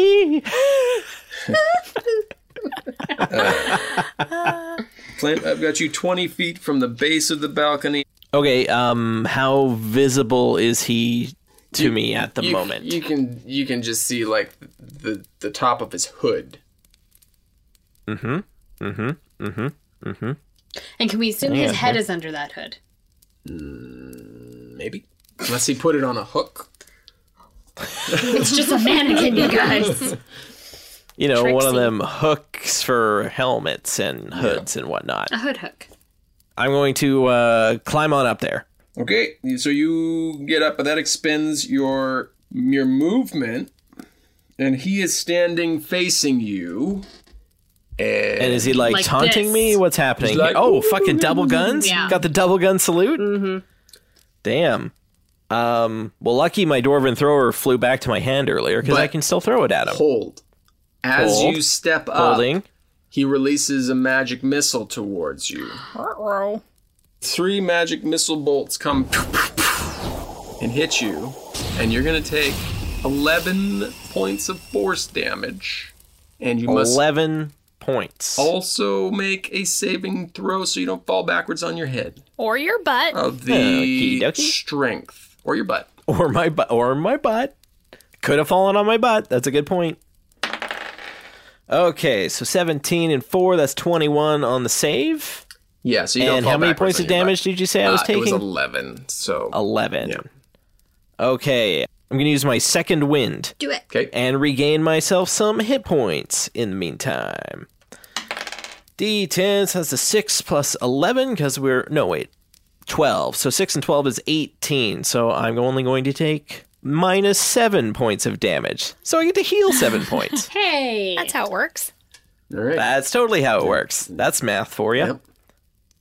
B: Uh, Flint, I've got you 20 feet from the base of the balcony.
C: Okay, um, how visible is he to me at the
B: you,
C: moment?
B: You can you can just see like the the top of his hood.
A: And can we assume his head is under that hood?
B: Maybe. Unless he put it on a hook.
A: It's just a mannequin, you guys.
C: you know, one of them hooks for helmets and hoods and whatnot.
A: A hood hook.
C: I'm going to uh, climb on up there.
B: Okay. So you get up, but that expends your your movement. And he is standing facing you. And,
C: And is he like,
A: Like
C: taunting
A: this.
C: me? What's happening?
B: He's like,
C: oh, fucking double guns!
A: Yeah.
C: Got the double gun salute. Mm-hmm. Damn. Um. Well, lucky my dwarven thrower flew back to my hand earlier because I
B: But-
C: can still throw it at him.
B: hold. As
C: Hold.
B: you step up,
C: Holding.
B: he releases a magic missile towards you.
D: Ruh-roh.
B: three magic missile bolts come and hit you, and you're gonna take eleven points of force damage, and you must
C: Eleven points.
B: also make a saving throw so you don't fall backwards on your head
D: Or your butt.
B: of the
C: Okey-dokey.
B: strength or your butt.
C: Or my butt. Or my butt. Could have fallen on my butt. That's a good point. Okay, so 17 and 4, that's 21 on the save.
B: Yeah, so you don't
C: And
B: fall
C: how many
B: backwards
C: points
B: on
C: of
B: your
C: damage
B: butt.
C: did you say I was
B: Uh,
C: taking?
B: It was eleven. So
C: 11.
B: Yeah.
C: Okay, I'm going to use my second wind
A: Do it.
B: okay,
C: and regain myself some hit points in the meantime. D10 so that's a 6 plus 11 because we're. No, wait. 12. So 6 and 12 is 18. So I'm only going to take minus 7 points of damage. So I get to heal 7 points.
A: Hey.
D: That's how it works.
B: all right.
C: That's totally how it works. That's math for you.
B: Yep.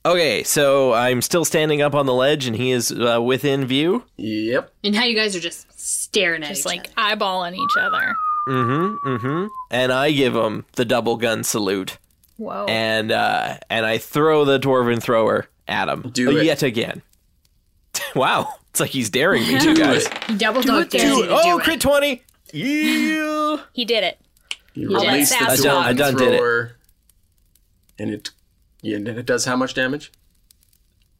C: Okay, so I'm still standing up on the ledge and he is uh, within view.
B: Yep.
A: and how you guys are just staring at
D: Just
A: each
D: like
A: other.
D: eyeballing each other.
C: Mm-hmm. Mm-hmm. And I give him the double gun salute,
D: Whoa.
C: and uh, and I throw the dwarven thrower at him
B: Do it.
C: yet again. wow, it's like he's daring me, too, guys.
A: He double dog dares
C: Do
A: you
C: it.
A: to
C: Oh,
A: do
C: crit twenty. Yeah.
D: he did it.
B: You
A: Yeah.
B: release the
D: I
B: dwarven
C: done- I done did it.
B: thrower, and it yeah, and it does how much damage?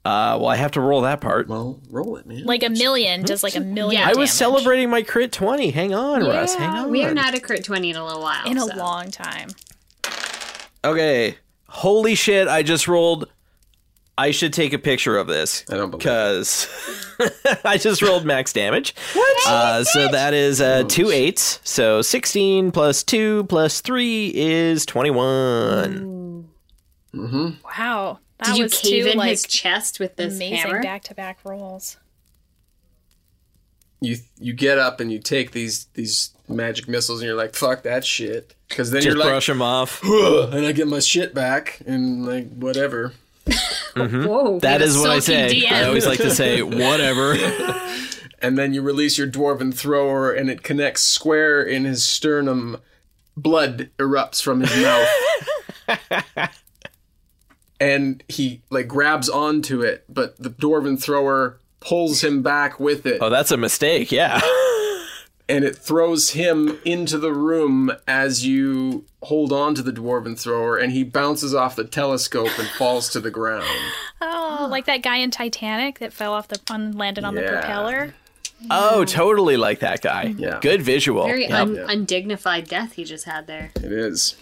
C: Uh, well, I have to roll that part.
B: Well, roll it, man.
D: Like a million does like a million.
A: Yeah,
C: I was
D: damage.
C: celebrating my crit twenty. Hang on, Russ. Hang
A: it.
C: on.
A: We are not a crit 20 in a little while.
D: in a
A: so.
D: long time.
C: Okay. Holy shit! I just rolled. I should take a picture of this.
B: I don't believe it.
C: because I just rolled max damage. What? Uh, so that is uh,
B: Oh,
C: two eights. So sixteen plus two plus three is twenty-one.
D: Wow. That
A: Did you
D: was
A: cave
D: two,
A: in
D: like,
A: his chest with this
D: amazing
A: hammer?
D: back to back rolls.
B: you you get up and you take these these magic missiles and you're like fuck that shit because then
C: Just
B: you're like
C: brush him off.
B: "Ugh," and I get my shit back and like whatever.
A: Whoa.
C: Mm-hmm. That is what I say.
A: sulking
C: I
A: DM.
C: always like to say whatever.
B: And then you release your dwarven thrower and it connects square in his sternum. Blood erupts from his mouth. and he like grabs onto it, but the dwarven thrower pulls him back with it.
C: oh, that's a mistake. Yeah.
B: and it throws him into the room as you hold on to the dwarven thrower and he bounces off the telescope and falls to the ground
D: Oh, like that guy in Titanic that fell off the on landed on the
B: Yeah.
D: propeller.
C: Oh, totally like that guy.
B: Yeah.
C: Good visual.
A: Very
C: Oh, Yeah.
A: un- undignified death he just had there.
B: it is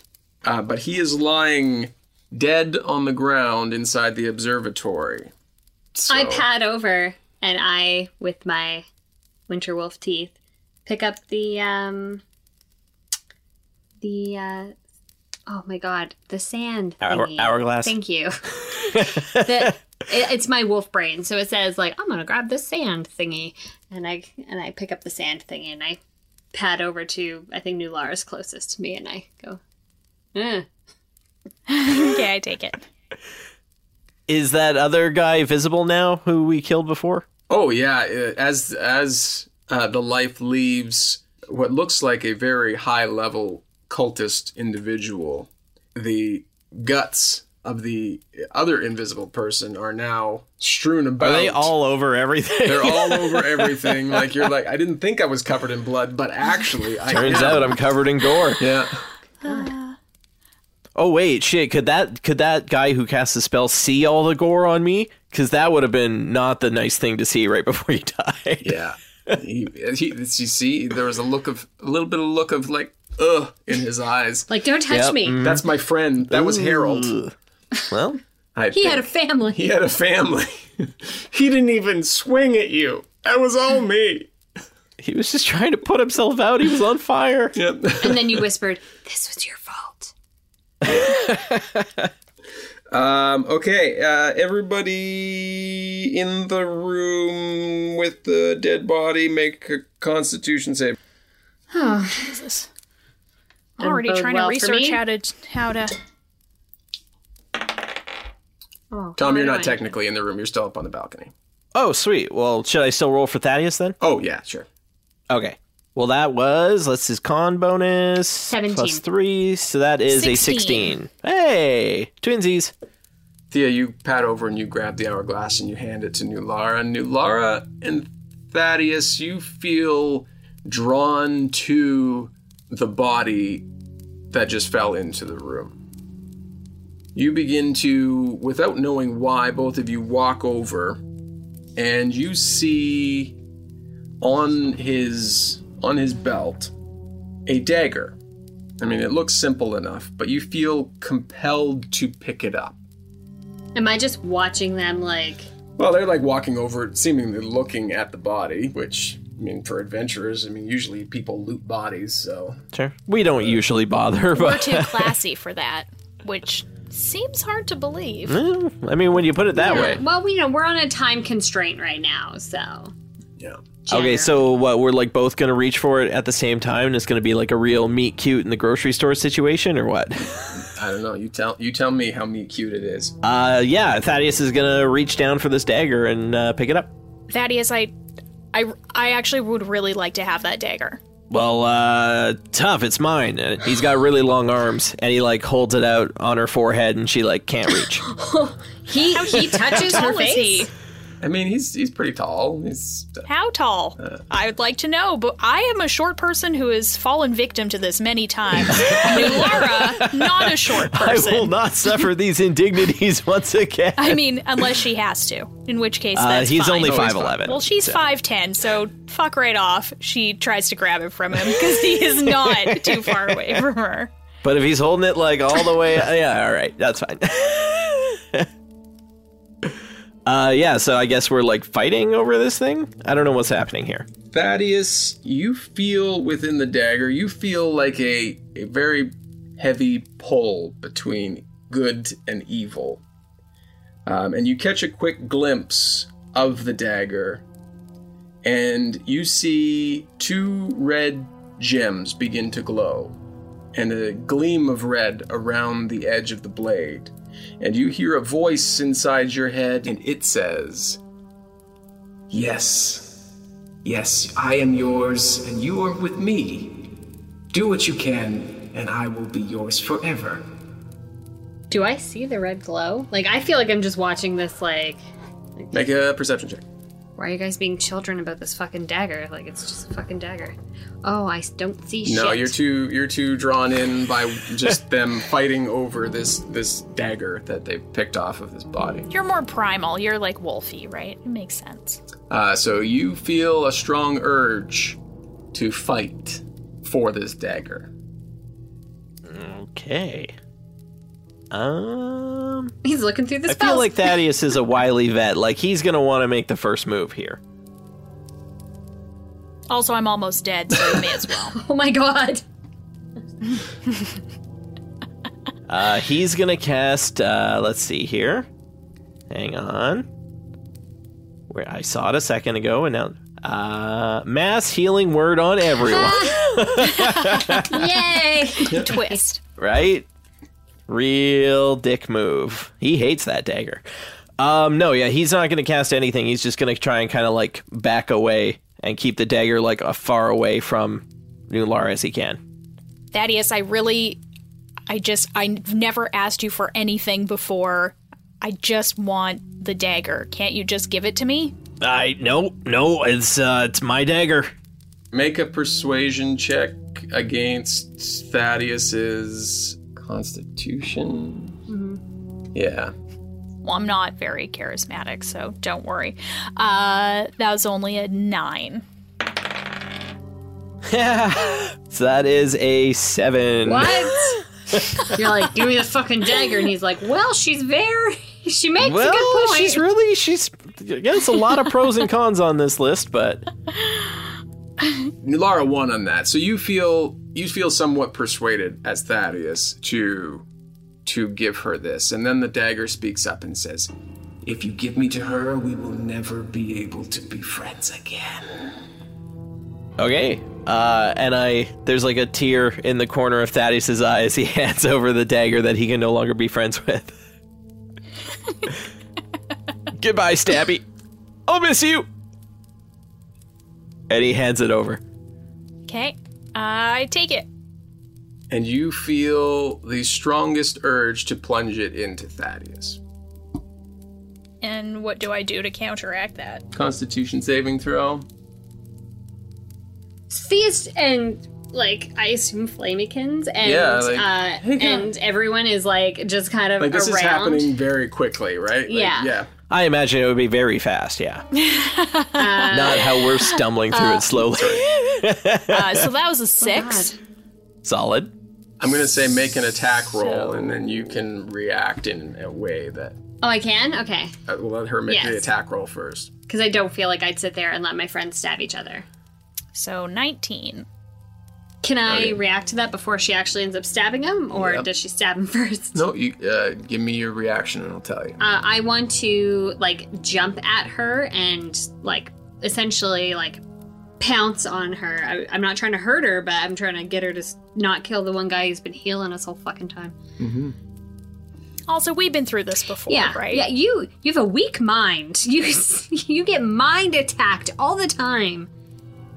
B: uh, but he is lying dead on the ground inside the observatory so,
A: I pad over and I, with my winter wolf teeth, pick up the um the uh oh my god, the sand
C: Hour-
A: thingy.
C: hourglass?
A: Thank you. The- it- it's my wolf brain, so it says like I'm gonna grab the sand thingy, and I and I pick up the sand thingy and I pad over to I think New Lara's closest to me, and I go. "Eh."
D: okay, I take it.
C: Is that other guy visible now who we killed before?
B: oh yeah uh, as as Uh, the life leaves what looks like a very high level cultist individual. The guts of the other invisible person are now strewn about.
C: Are they all over everything?
B: They're all over everything. Like you're like, I didn't think I was covered in blood, but actually, I
C: Turns
B: am.
C: out I'm covered in gore.
B: Yeah.
C: Oh wait, shit. Could that could that guy who cast the spell see all the gore on me? Because that would have been not the nice thing to see right before you died.
B: Yeah. He, he, you see, there was a look of a little bit of look of like ugh in his eyes.
A: Like, don't touch
C: Yep, Mm.
A: me.
B: That's my friend. That was Harold.
C: Ugh. Well,
B: I
A: He had a
B: think.
A: family.
B: he had a family. he didn't even swing at you. That was all me.
C: he was just trying to put himself out. He was on fire.
B: Yep.
A: And then you whispered, "This was your fault."
B: Um, okay, uh, everybody in the room with the dead body make a constitution save.
D: Jesus. I'm
A: Doesn't
D: already
A: bode
D: trying
A: well
D: to
A: for
D: research
A: me.
D: how to how to.
A: Oh,
B: Tom,
A: what
B: you're
A: am
B: not
A: I-
B: technically in the room. You're still up on the balcony.
C: Oh sweet. Well, should I still roll for Thaddeus then?
B: Oh, yeah, sure.
C: Okay. Well, that was let's his con bonus
A: 17.
C: plus three, so that is a
D: 16.
C: sixteen. Hey, twinsies.
B: Thea, you pat over and you grab the hourglass and you hand it to New Lara. New Lara and Thaddeus, you feel drawn to the body that just fell into the room. You begin to, without knowing why, both of you walk over and you see on his on his belt a dagger. I mean, it looks simple enough, but you feel compelled to pick it up.
A: Am I just watching them? Like,
B: Well, they're like walking over, seemingly looking at the body, which, I mean, for adventurers, I mean, usually people loot bodies, so.
C: Sure. We don't usually bother,
D: We're
C: but
D: too classy for that, which seems hard to believe.
C: Well, I mean, when you put it that way.
A: well, you know, we're on a time constraint right now, so.
B: Yeah.
C: Okay,
A: Jagger.
C: so what? We're like both gonna reach for it at the same time, and it's gonna be like a real meet cute in the grocery store situation, or what?
B: I don't know. You tell you tell me how meat cute it is.
C: Uh, yeah, Thaddeus is gonna reach down for this dagger and uh, pick it up.
D: Thaddeus, I, I, I actually would really like to have that dagger.
C: Well, uh, tough. It's mine. And He's got really long arms, and he like holds it out on her forehead, and she like can't reach.
A: He he touches her
D: How is he?
A: face.
B: I mean, he's he's pretty tall. He's
D: How tall?
C: Uh.
D: I would like to know, but I am a short person who has fallen victim to this many times. New Lara, not a short
C: I
D: person.
C: will not suffer these indignities once again.
D: I mean, unless she has to, in which case
C: Uh,
D: that's
C: he's
D: fine.
C: only
B: Oh, he's
C: five eleven.
D: Well, she's five ten, so fuck right off. She tries to grab it from him because he is not too far away from her.
C: But if he's holding it like all the way, yeah, all right, that's fine. uh, yeah, so I guess we're like fighting over this thing. I don't know what's happening here.
B: Thaddeus, you feel within the dagger, you feel like a, a very heavy pull between good and evil. Um, and you catch a quick glimpse of the dagger, and you see two red gems begin to glow, and a gleam of red around the edge of the blade. And you hear a voice inside your head, and it says, Yes, Yes, I am yours, and you are with me. Do what you can, and I will be yours forever.
A: Do I see the red glow? Like, I feel like I'm just watching this. Like,
B: Make a perception check.
A: why are you guys being children about this fucking dagger? Like, it's just a fucking dagger. Oh, I s- don't see shit.
B: No, you're too you're too drawn in by just them fighting over this this dagger that they picked off of this body.
D: You're more primal. You're like wolfy, right? It makes sense.
B: Uh, so you feel a strong urge to fight for this dagger.
C: Okay. Um,
A: He's looking through the
C: I
A: spells.
C: feel like Thaddeus is a wily vet. Like he's gonna want to make the first move here.
D: Also, I'm almost dead, so you may as well.
A: oh my god.
C: Uh, he's gonna cast. Uh, let's see here. Hang on. Where I saw it a second ago, and now uh, mass healing word on everyone.
A: Yay!
D: Twist.
C: right? Real dick move. He hates that dagger. Um, no, yeah, he's not going to cast anything. He's just going to try and kind of like back away and keep the dagger like uh, far away from Nular as he can.
D: Thaddeus, I really, I just, I've never asked you for anything before. I just want the dagger. Can't you just give it to me?
C: I no no it's uh it's my dagger.
B: Make a persuasion check against Thaddeus's constitution. Yeah.
D: Well, I'm not very charismatic, so don't worry. Uh, that was only a nine.
C: So that is a seven.
A: What? You're like, give me the fucking dagger, and he's like, well, she's very, she makes
C: Well,
A: a good point.
C: she's really she's yeah, it's a lot of pros and cons on this list, but
B: Nilara won on that. So you feel you feel somewhat persuaded as Thaddeus to to give her this. And then the dagger speaks up and says, "If you give me to her, we will never be able to be friends again."
C: okay. Uh, and I there's like a tear in the corner of Thaddeus's eye as he hands over the dagger that he can no longer be friends with. Goodbye, Stabby. I'll miss you. And he hands it over.
D: Okay, uh, I take it.
B: And you feel the strongest urge to plunge it into Thaddeus.
D: And what do I do to counteract that?
B: Constitution saving throw.
A: Theist and like I assume Flamikins and
B: Yeah, like,
A: uh, and everyone is like just kind of
B: Like this
A: around.
B: is happening very quickly, right? Like,
A: Yeah.
B: Yeah.
C: I imagine it would be very fast, yeah. Not how we're stumbling through it slowly.
D: Uh, so that
A: Oh,
D: was a six.
C: Solid.
B: I'm gonna say make an attack roll, and then you can react in a way that
A: Oh, I can. Okay,
B: uh, we'll let her make the
A: Yes.
B: attack roll first.
A: because I don't feel like I'd sit there and let my friends stab each other.
D: so 19.
A: Can I react to that before she actually ends up stabbing him, or does she stab him first?
B: No, you uh, give me your reaction, and I'll tell you.
A: Uh, I want to like jump at her and like essentially like pounce on her. I, I'm not trying to hurt her, but I'm trying to get her to s- not kill the one guy who's been healing us all fucking time.
D: Also, we've been through this before,
A: Yeah,
D: right?
A: Yeah, you you have a weak mind. You you get mind attacked all the time.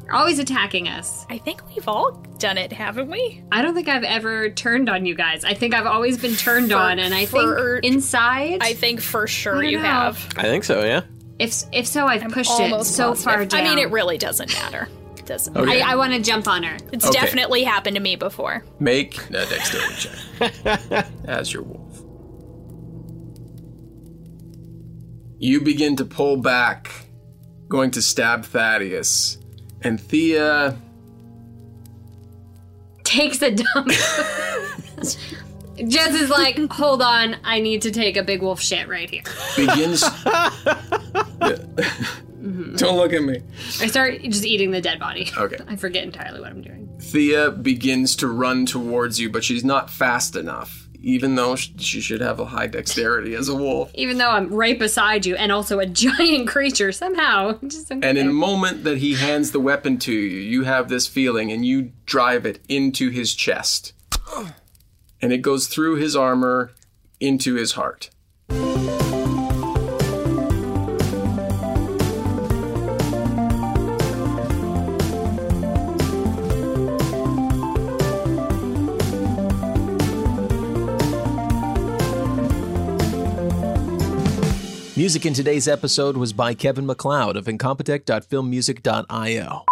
A: You're always attacking us.
D: I think we've all done it, haven't we?
A: I don't think I've ever turned on you guys. I think I've always been turned on, and I
D: for-
A: think inside,
D: I think for sure
A: don't
D: you
A: know.
D: have.
C: I think so, yeah.
A: if if so, I've pushed it
D: Almost
A: so
D: positive.
A: far down.
D: I mean, it really doesn't matter. It doesn't.
C: Okay.
A: I, I want to jump on her.
D: It's
B: Okay.
D: definitely happened to me before.
B: Make a dexterity check as your wolf. You begin to pull back, going to stab Thaddeus, and Thea.
A: Takes a dump. Jez is like, hold on, I need to take a big wolf shit right here.
B: begins. Don't look at me.
A: I start just eating the dead body.
B: Okay.
A: I forget entirely what I'm doing.
B: Thea begins to run towards you, but she's not fast enough, even though sh- she should have a high dexterity as a wolf.
A: even though I'm right beside you and also a giant creature somehow. Just
B: And in a moment that he hands the weapon to you, you have this feeling and you drive it into his chest. And it goes through his armor into his heart.
F: Music in today's episode was by Kevin McLeod of incompetech.filmmusic.io.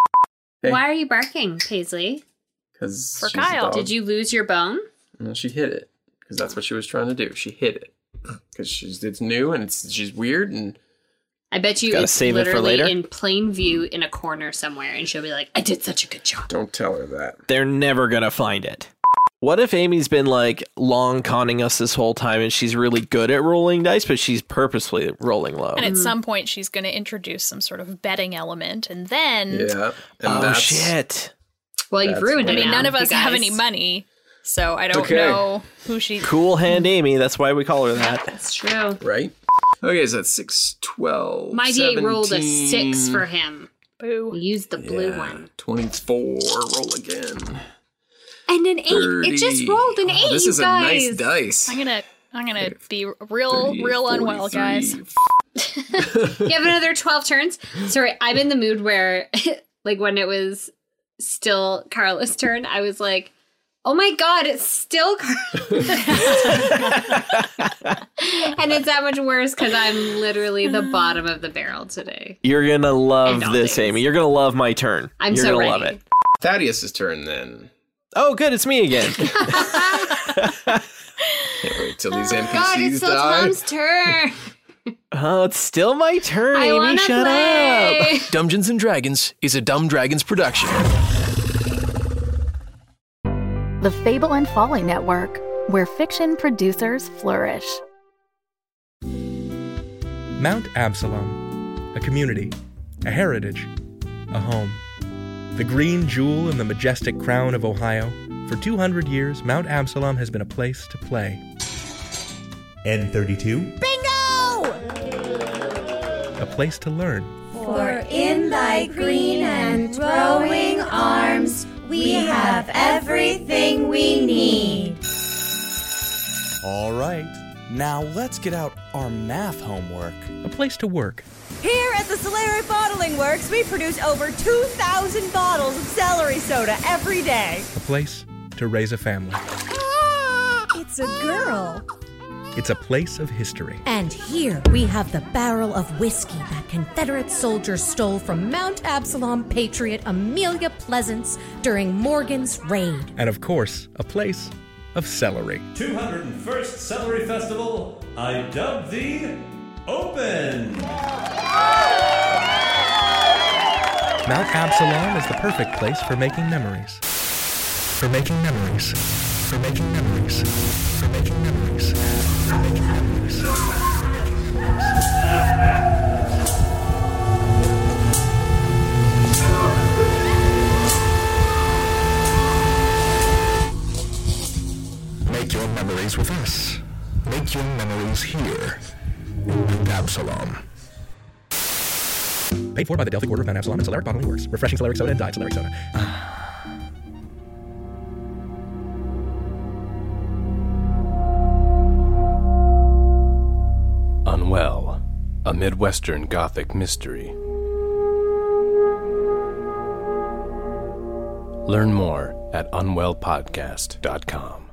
A: why are you barking, Paisley?
B: Because
D: For Kyle,
A: Did you lose your bone?
B: No, she hit it because that's what she was trying to do. She hit it because she's it's new and it's she's weird and
A: I bet you
C: Gotta
A: it's
C: save it for
A: literally
C: later.
A: in plain view in a corner somewhere, and she'll be like, "I did such a good job."
B: don't tell her that.
C: They're never gonna find it. What if Amy's been like long conning us this whole time and she's really good at rolling dice, but she's purposely rolling low?
D: And at
A: Mm.
D: some point, she's going to introduce some sort of betting element, and
A: Mm.
D: then
B: Yeah. And
C: oh
B: that's-
C: shit.
A: Well, you've
B: That's
A: ruined
B: what-
A: it.
D: I mean,
A: now,
D: none of
A: you
D: us have
A: guys.
D: any money, so I don't
B: Okay.
D: know who she.
C: Cool hand Amy, that's why we call her that.
A: That's true.
B: Right. Okay, so that's six, twelve.
A: My D8 rolled a six
B: 17.
A: for him.
D: Boo.
A: Use the blue
B: Yeah,
A: one
B: 24. Roll again.
A: and an eight. It just
B: 30.
A: rolled an
B: Oh,
A: eight.
B: This
A: you
B: is
A: guys.
B: a nice dice.
D: I'm gonna, I'm gonna be real, real unwell, guys.
A: you have another 12 turns. Sorry, I'm in the mood where, like, when it was still Carla's turn, I was like, oh my God, it's still Carla's turn." and it's that much worse because I'm literally the bottom of the barrel today.
C: You're gonna love
A: And all
C: this,
A: things.
C: Amy. You're gonna love my turn.
A: I'm
C: You're
A: so
C: gonna
A: ready.
C: love it.
B: Thaddeus's turn then.
C: Oh, good, it's me again.
B: Can't wait till these NPCs
A: Oh, God, it's still
B: die.
A: Tom's turn.
C: oh, it's still my turn,
A: I
C: Amy.
A: want
C: Shut
A: to
C: up.
A: play.
F: Dungeons and Dragons is a Dumb Dragons production.
G: The Fable and Folly Network, where fiction producers flourish.
H: Mount Absalom, a community, a heritage, a home. The green jewel in the majestic crown of Ohio, for 200 years, Mount Absalom has been a place to play.
I: N32.
H: a place to learn.
J: For in thy green and growing arms, we have everything we need.
I: All right. Now let's get out our math homework.
H: A place to work.
J: Here at the Solari Bottling Works, we produce over 2,000 bottles of celery soda every day.
H: A place to raise a family.
J: It's a girl.
H: It's a place of history.
K: And here we have the barrel of whiskey that Confederate soldiers stole from Mount Absalom patriot Amelia Pleasance during Morgan's raid.
H: And of course, a place of celery.
I: 201st Celery Festival, I dub thee Open!
H: Mount Absalom is the perfect place for making memories. For making memories. For making memories. For making memories. For making memories. Make your memories with us. Make your memories here. Mount Absalom. Paid for by the Delphi Quarter of Mount Absalom and Solaric Bottling Works. Refreshing Solaric Soda and Diet Solaric Soda.
L: Unwell, a Midwestern Gothic mystery. Learn more at unwellpodcast.com.